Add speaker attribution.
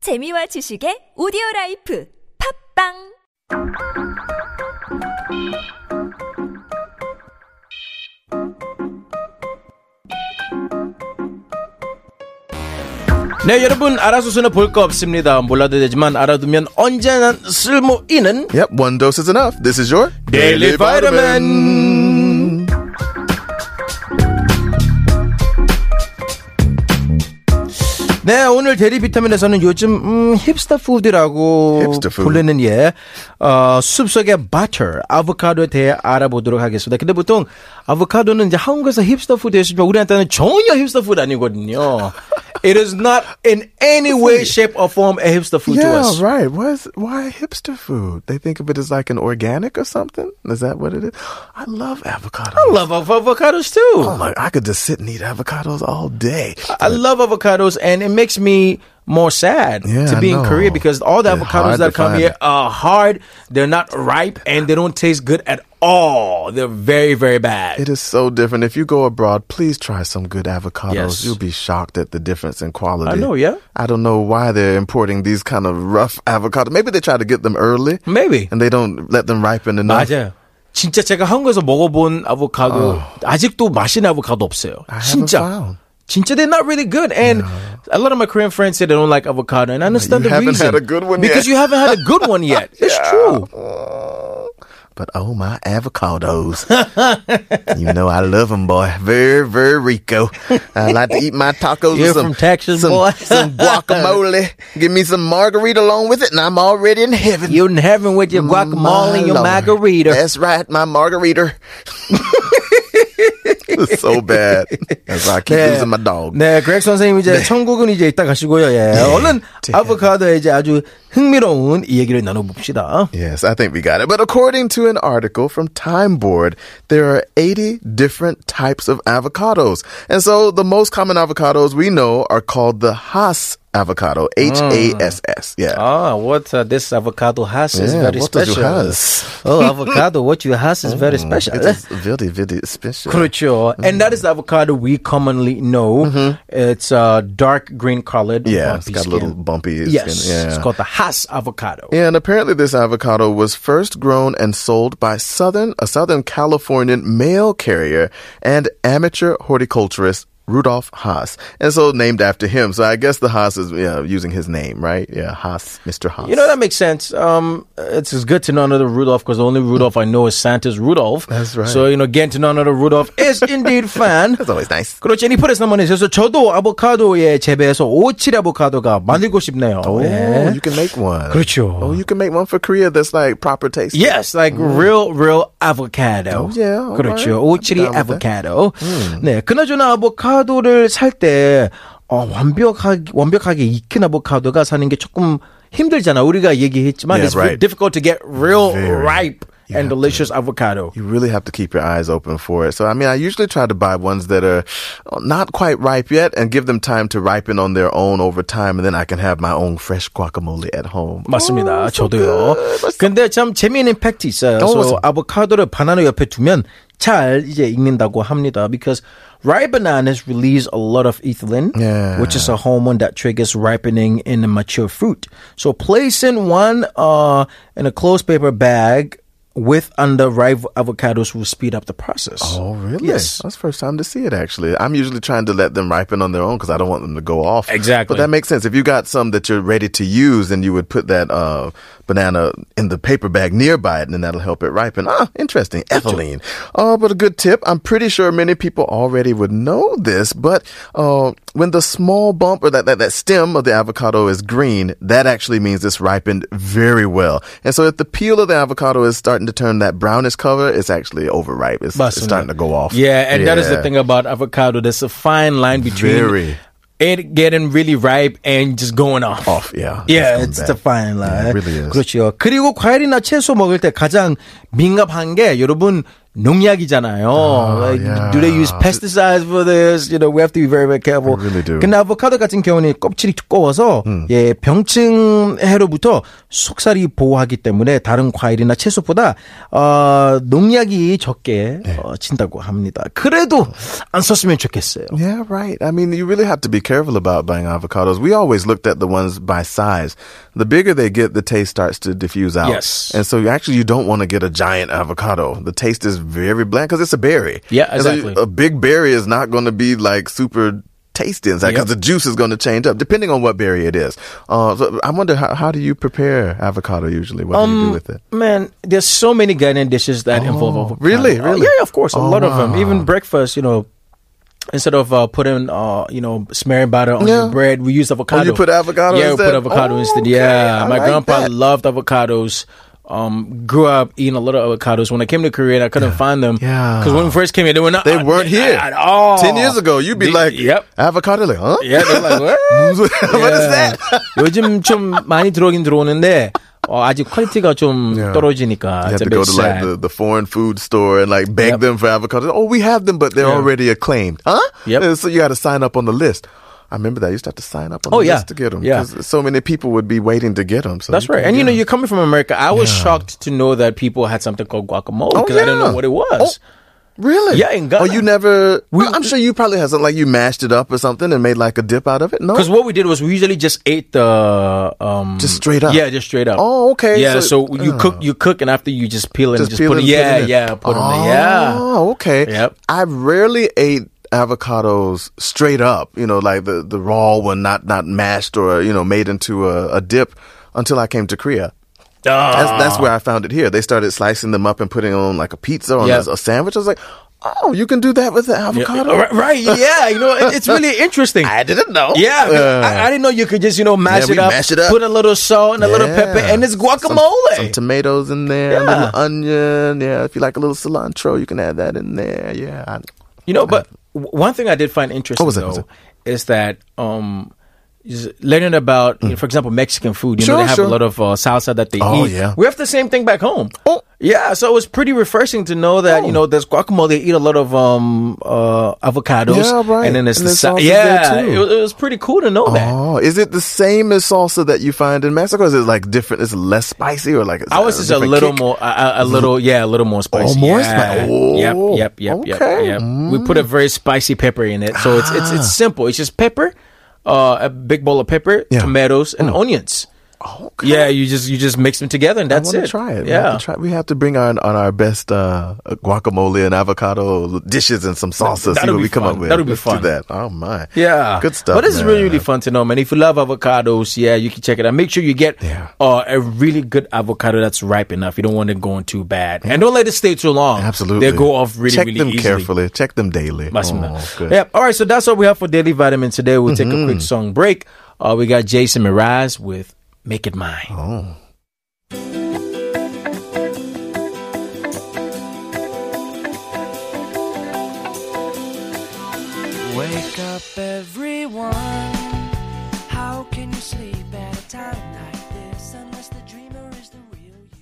Speaker 1: 재미와 지식의 오디오 라이프 팝빵
Speaker 2: 네 여러분 알아서서는 볼 거 없습니다 몰라도 되지만 알아두면 언제나 쓸모 있는
Speaker 3: Yep, one dose is enough. This is your
Speaker 2: Daily Vitamin. 네 오늘 대리 비타민에서는 요즘 음, 힙스터 푸드라고
Speaker 3: 힙스터 푸드.
Speaker 2: 불리는 예 어, 숲속의 버터 아보카도에 대해 알아보도록 하겠습니다. 근데 보통 아보카도는 이제 한국에서 힙스터 푸드였지만 우리한테는 전혀 힙스터 푸드 아니거든요. It is not in any way, shape or form a hipster food to
Speaker 3: Yeah,
Speaker 2: us.
Speaker 3: right. Why, is, why hipster food? They think of it as like an organic or something. Is that what it is? I love avocados.
Speaker 2: I love av- avocados too.
Speaker 3: Oh my! I could just sit and eat avocados all day.
Speaker 2: I love avocados, and it makes me more sad
Speaker 3: Yeah,
Speaker 2: to
Speaker 3: I
Speaker 2: be in
Speaker 3: know.
Speaker 2: Korea because all the
Speaker 3: They're
Speaker 2: avocados
Speaker 3: hard
Speaker 2: that
Speaker 3: to
Speaker 2: come
Speaker 3: find.
Speaker 2: here are hard. They're not ripe, and they don't taste good at all. They're very, very bad.
Speaker 3: It is so different. If you go abroad, please try some good avocados.
Speaker 2: Yes.
Speaker 3: You'll be shocked at the difference in quality.
Speaker 2: I know, yeah.
Speaker 3: I don't know why they're importing these kind of rough avocados. Maybe they try to get them early
Speaker 2: Maybe.
Speaker 3: and they don't let them ripen enough.
Speaker 2: 맞아요. 진짜 제가 한국에서 먹어본 아보카도 아직도 맛있는 아보카도 없어요.
Speaker 3: Oh. I haven't
Speaker 2: 진짜.
Speaker 3: found.
Speaker 2: 진짜 they're not really good. And a lot of my Korean friends say they don't like avocado, and I understand
Speaker 3: You
Speaker 2: the
Speaker 3: haven't
Speaker 2: reason.
Speaker 3: had a good one
Speaker 2: because
Speaker 3: yet.
Speaker 2: you haven't had a good one yet. It's true.
Speaker 3: But oh my avocados. you know I love them, boy. Very, very rico. I like to eat my tacos
Speaker 2: You're
Speaker 3: with some,
Speaker 2: from Texas,
Speaker 3: some,
Speaker 2: boy.
Speaker 3: some guacamole. Give me some margarita along with it, and I'm already in heaven. Mm,
Speaker 2: You're in heaven with your guacamole
Speaker 3: My
Speaker 2: and your
Speaker 3: Lord.
Speaker 2: margarita.
Speaker 3: That's right, my margarita. It's so bad. That's why I keep losing my dog.
Speaker 2: 네, 그렉 선생님 이제 천국은 이제 이따 가시고요. 예. 얼른 아보카도의 이제 아주 흥미로운 이 얘기를 나눠봅시다.
Speaker 3: Yes, I think we got it. But according to an article from Time Board, there are 80 different types of avocados. And so the most common avocados we know are called the Hass avocado, H A S S. Yeah.
Speaker 2: Ah, what uh, this avocado has is
Speaker 3: Yeah,
Speaker 2: very
Speaker 3: what does
Speaker 2: special.
Speaker 3: you has?
Speaker 2: Oh, avocado, what you has is very special.
Speaker 3: It is very, very special.
Speaker 2: 그렇죠. And that is the avocado we commonly know. It's uh, dark green colored.
Speaker 3: Yeah,
Speaker 2: uh,
Speaker 3: it's
Speaker 2: pea
Speaker 3: got a little
Speaker 2: skin.
Speaker 3: bumpy. skin.
Speaker 2: Yes,
Speaker 3: Yeah.
Speaker 2: it's called the Hass avocado.
Speaker 3: Yeah, and apparently this avocado was first grown and sold by Southern a Southern Californian mail carrier and amateur horticulturist Rudolph Haas. And so named after him. So I guess the Haas is yeah, using his name, right? Yeah, Haas, Mr. Haas.
Speaker 2: You know that makes sense. Um, it's, it's good to know another Rudolph because the only Rudolph I know is Santa's Rudolph.
Speaker 3: That's right.
Speaker 2: So you know, getting to know another Rudolph is indeed fun.
Speaker 3: that's always nice.
Speaker 2: 그렇죠. 니퍼레스 나머니 그래서 저도 아보카도의 재배에서 오칠 아보카도가 만들고 싶네요.
Speaker 3: Oh,
Speaker 2: 예.
Speaker 3: you can make one.
Speaker 2: 그렇죠.
Speaker 3: Oh, you can make one for Korea that's like proper taste.
Speaker 2: Yes, like real, real avocado.
Speaker 3: Mm. Oh, yeah, all
Speaker 2: 그렇죠.
Speaker 3: right.
Speaker 2: 오칠이
Speaker 3: I'm down with Mm.
Speaker 2: avocado. 네, 그나저나 아보카도를 살 때 어, 완벽하게 완벽하게 익힌 아보카도가 사는 게 조금 힘들잖아. 우리가 얘기했지만
Speaker 3: Yeah,
Speaker 2: it's very
Speaker 3: right.
Speaker 2: difficult to get real
Speaker 3: Very.
Speaker 2: ripe
Speaker 3: You
Speaker 2: and
Speaker 3: have to.
Speaker 2: delicious avocado.
Speaker 3: You really have to keep your eyes open for it. So, I mean, I usually try to buy ones that are not quite ripe yet and give them time to ripen on their own over time, and then I can have my own fresh guacamole at home.
Speaker 2: 맞습니다. 저도요. 근데 참 재미있는 팩트 있어요.
Speaker 3: 너무
Speaker 2: 그래서
Speaker 3: 맛있어.
Speaker 2: 아보카도를 바나나 옆에 두면 잘 이제 익는다고 합니다. Because ripe bananas release a lot of ethylene,
Speaker 3: Yeah.
Speaker 2: which is a hormone that triggers ripening in a mature fruit. So placing one uh, in a closed paper bag with under ripe avocados will speed up the process.
Speaker 3: Oh, really?
Speaker 2: Yes.
Speaker 3: That's the first time to see it, actually. I'm usually trying to let them ripen on their own because I don't want them to go off.
Speaker 2: Exactly.
Speaker 3: But that makes sense. If you got some that you're ready to use, then you would put that uh, banana in the paper bag nearby it, and then that'll help it ripen. Ah, interesting. Ethylene. Oh, but a good tip. I'm pretty sure many people already would know this, but uh, when the small bump or that, that, that stem of the avocado is green, that actually means it's ripened very well. And so if the peel of the avocado is starting to turn that brownish color, it's actually overripe. It's it's
Speaker 2: Basunda.
Speaker 3: starting to go off.
Speaker 2: Yeah, and that is the thing about avocado. There's a fine line between
Speaker 3: Very.
Speaker 2: it getting really ripe and just going off.
Speaker 3: Off, yeah.
Speaker 2: Yeah,
Speaker 3: Just
Speaker 2: it's
Speaker 3: come
Speaker 2: the
Speaker 3: back.
Speaker 2: fine line.
Speaker 3: Yeah, it really is.
Speaker 2: 그렇죠. 그리고 과일이나 채소 먹을 때 가장 민감한 게 여러분 농약이잖아요. like,
Speaker 3: yeah.
Speaker 2: Do they use pesticides for this? You know, we have to be very, very careful.
Speaker 3: They really do.
Speaker 2: 근데 아보카도 같은 경우는 껍질이 두꺼워서 예, 병증 해로부터 속살이 보호하기 때문에 다른 과일이나 채소보다 어, 농약이 적게 어, 친다고 합니다. 그래도 안 썼으면 좋겠어요.
Speaker 3: Yeah, right. I mean, you really have to be careful about buying avocados. We always looked at the ones by size. The bigger they get, the taste starts to diffuse out.
Speaker 2: Yes.
Speaker 3: And so you actually you don't want to get a giant avocado. The taste is very bland because it's a berry.
Speaker 2: Yeah,
Speaker 3: And so you-
Speaker 2: exactly.
Speaker 3: a big berry is not going to be like super tasty inside because
Speaker 2: Yep.
Speaker 3: the juice is going to change up depending on what berry it is. Uh, so I wonder how, how do you prepare avocado usually? What
Speaker 2: Um,
Speaker 3: do you do with it?
Speaker 2: Mm. Man, there's so many Ghanaian dishes that involve avocado.
Speaker 3: really?
Speaker 2: Oh,
Speaker 3: Really?
Speaker 2: yeah, of course, a
Speaker 3: Oh,
Speaker 2: lot of them.
Speaker 3: wow.
Speaker 2: Even breakfast, you know, instead of uh, putting, uh, you know, smearing butter on
Speaker 3: Yeah. Oh,
Speaker 2: your bread, we use avocado.
Speaker 3: you put avocado
Speaker 2: Yeah, we
Speaker 3: instead?
Speaker 2: put avocado
Speaker 3: Oh,
Speaker 2: instead.
Speaker 3: okay.
Speaker 2: Yeah,
Speaker 3: I
Speaker 2: my
Speaker 3: like
Speaker 2: grandpa
Speaker 3: that.
Speaker 2: loved avocados. Um, grew up eating a lot of avocados. When I came to Korea, I couldn't find them.
Speaker 3: Yeah.
Speaker 2: because when we first came here, they were not.
Speaker 3: They weren't here.
Speaker 2: at all.
Speaker 3: Ten years ago, you'd
Speaker 2: They-
Speaker 3: be like,
Speaker 2: "Yep,
Speaker 3: avocado, like, huh?
Speaker 2: yeah." They're like, "What?"
Speaker 3: what is that?
Speaker 2: 요즘 좀 많이 들어오긴 들어오는데 어, 아직 퀄리티가 좀
Speaker 3: Yeah.
Speaker 2: 떨어지니까 it's
Speaker 3: You have
Speaker 2: a
Speaker 3: to
Speaker 2: bit
Speaker 3: go to like
Speaker 2: sad.
Speaker 3: the, the foreign food store and like beg
Speaker 2: Yep.
Speaker 3: them for avocados. Oh, we have them, but they're
Speaker 2: Yeah.
Speaker 3: already acclaimed, huh?
Speaker 2: Yep.
Speaker 3: And so you got to sign up on the list. I remember that. You used to have to sign up on
Speaker 2: Oh,
Speaker 3: the
Speaker 2: yeah.
Speaker 3: list to get them.
Speaker 2: Yeah.
Speaker 3: So many people would be waiting to get them. So
Speaker 2: That's
Speaker 3: you
Speaker 2: right.
Speaker 3: can
Speaker 2: And you know,
Speaker 3: get 'em.
Speaker 2: you're coming from America. I was shocked to know that people had something called guacamole
Speaker 3: Oh,
Speaker 2: because I didn't
Speaker 3: yeah. Oh.
Speaker 2: know what it was.
Speaker 3: Really?
Speaker 2: Yeah, in
Speaker 3: Oh,
Speaker 2: Ghana.
Speaker 3: you never.
Speaker 2: We-
Speaker 3: I'm sure you probably had something like you mashed it up or something and made like a dip out of it. No.
Speaker 2: Because what we did was we usually just ate the um
Speaker 3: Just straight up?
Speaker 2: Yeah, just straight up.
Speaker 3: Oh, okay.
Speaker 2: Yeah,
Speaker 3: So-
Speaker 2: so, you cook, you cook, and after you just peel it, and just
Speaker 3: peel
Speaker 2: put
Speaker 3: it
Speaker 2: it.
Speaker 3: and
Speaker 2: Yeah, yeah, put
Speaker 3: put it in. oh,
Speaker 2: it in. there. Yeah.
Speaker 3: okay.
Speaker 2: Yep.
Speaker 3: I rarely ate avocados straight up, you know, like the, the raw one, not, not mashed or, you know, made into a, a dip until I came to Korea. That's,
Speaker 2: Ah.
Speaker 3: that's where I found it here. They started slicing them up and putting them on like a pizza or
Speaker 2: Yep.
Speaker 3: a, a sandwich. I was like, oh, you can do that with the avocado?
Speaker 2: Right, right, yeah, you know, it, it's really interesting.
Speaker 3: I didn't know.
Speaker 2: Yeah, 'cause
Speaker 3: Uh,
Speaker 2: Oh, I, I didn't know you could just you know mash,
Speaker 3: Yeah, we
Speaker 2: it, up,
Speaker 3: mash it up.
Speaker 2: put a little salt and a little pepper,
Speaker 3: Yeah.
Speaker 2: and it's
Speaker 3: some,
Speaker 2: guacamole.
Speaker 3: some tomatoes in there, a
Speaker 2: Yeah.
Speaker 3: little onion. Yeah, if you like a little cilantro, you can add that in there. Yeah. I-
Speaker 2: You know, but w- one thing I did find interesting
Speaker 3: What was it?
Speaker 2: though
Speaker 3: What
Speaker 2: is
Speaker 3: was
Speaker 2: that um, is learning about, you know, for example, Mexican food. You
Speaker 3: Mm. Sure,
Speaker 2: know, they have
Speaker 3: sure.
Speaker 2: a lot of uh, salsa that they
Speaker 3: Oh,
Speaker 2: eat.
Speaker 3: yeah.
Speaker 2: We have the same thing back home.
Speaker 3: Oh.
Speaker 2: yeah. So it was pretty refreshing to know that you know there's guacamole. They eat a lot of um, uh, avocados.
Speaker 3: Yeah, right.
Speaker 2: And then there's the
Speaker 3: And there's
Speaker 2: sa-
Speaker 3: salsas
Speaker 2: yeah.
Speaker 3: there, too.
Speaker 2: It, was- it was pretty cool to know that.
Speaker 3: Oh, is it the same as salsa that you find in Mexico? Is it like different? Is it less spicy or like? Is
Speaker 2: Ours
Speaker 3: it
Speaker 2: is a
Speaker 3: different
Speaker 2: little
Speaker 3: kick?
Speaker 2: more, a, a- a little, yeah, a little more spicy.
Speaker 3: more
Speaker 2: yeah.
Speaker 3: spi- Oh,
Speaker 2: Yep, yep, yep, yep,
Speaker 3: okay.
Speaker 2: yep.
Speaker 3: Ah.
Speaker 2: We put a very spicy pepper in it, so it's it's it's simple. It's just pepper, uh, a big bowl of pepper,
Speaker 3: Yeah. Mm.
Speaker 2: tomatoes, and onions.
Speaker 3: Okay.
Speaker 2: Yeah, you just you just mix them together, and
Speaker 3: I
Speaker 2: that's
Speaker 3: want to
Speaker 2: it.
Speaker 3: try it. We have
Speaker 2: Yeah,
Speaker 3: to try. We have to bring on on our best uh, guacamole and avocado dishes and some salsa. see
Speaker 2: that'll
Speaker 3: what
Speaker 2: be
Speaker 3: we come
Speaker 2: fun.
Speaker 3: up with.
Speaker 2: That'll be
Speaker 3: Let's
Speaker 2: fun.
Speaker 3: Do that. Oh my.
Speaker 2: yeah,
Speaker 3: Good stuff.
Speaker 2: But this is really
Speaker 3: man.
Speaker 2: really fun to know, man. If you love avocados, yeah, you can check it out. Make sure you get
Speaker 3: Yeah.
Speaker 2: uh, a really good avocado that's ripe enough. You don't want it going too bad, and don't let it stay too long.
Speaker 3: Absolutely.
Speaker 2: they go off really
Speaker 3: Check
Speaker 2: really
Speaker 3: them
Speaker 2: easily.
Speaker 3: carefully. Check them daily.
Speaker 2: 맞습니다.
Speaker 3: Oh, good. Mm-hmm.
Speaker 2: Yep. All right. So that's all we have for Daily Vitamin today. We'll take a quick song break. Uh, we got Jason Mraz with Make It Mine.
Speaker 3: Oh.
Speaker 4: Wake up, everyone.